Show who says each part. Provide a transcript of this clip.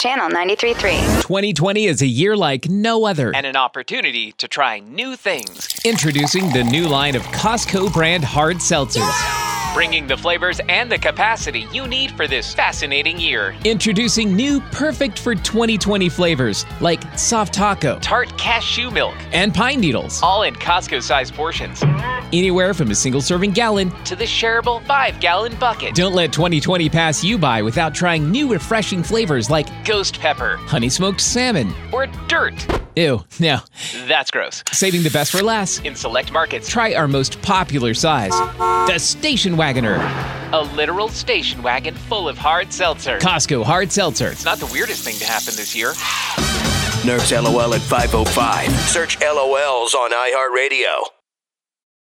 Speaker 1: Channel 93.3.
Speaker 2: 2020 is a year like no other.
Speaker 3: and an opportunity to try new things,
Speaker 2: Introducing the new line of Costco brand hard seltzers.
Speaker 3: bringing the flavors and the capacity you need for this fascinating year.
Speaker 2: Introducing new perfect for 2020 flavors like soft taco
Speaker 3: Tart cashew milk,
Speaker 2: and pine needles.
Speaker 3: all in Costco sized portions,
Speaker 2: Anywhere from a single serving gallon.
Speaker 3: to the shareable five gallon bucket.
Speaker 2: Don't let 2020 pass you by without trying new refreshing flavors like
Speaker 3: Ghost pepper
Speaker 2: honey smoked salmon.
Speaker 3: or dirt.
Speaker 2: Ew, no.
Speaker 3: That's gross.
Speaker 2: Saving the best for last.
Speaker 3: In select markets,
Speaker 2: Try our most popular size, the Station Wagoner.
Speaker 3: a literal station wagon full of hard seltzer.
Speaker 2: Costco hard seltzer.
Speaker 3: It's not the weirdest thing to happen this year.
Speaker 4: Nerf's LOL at 505. Search LOLs on iHeartRadio.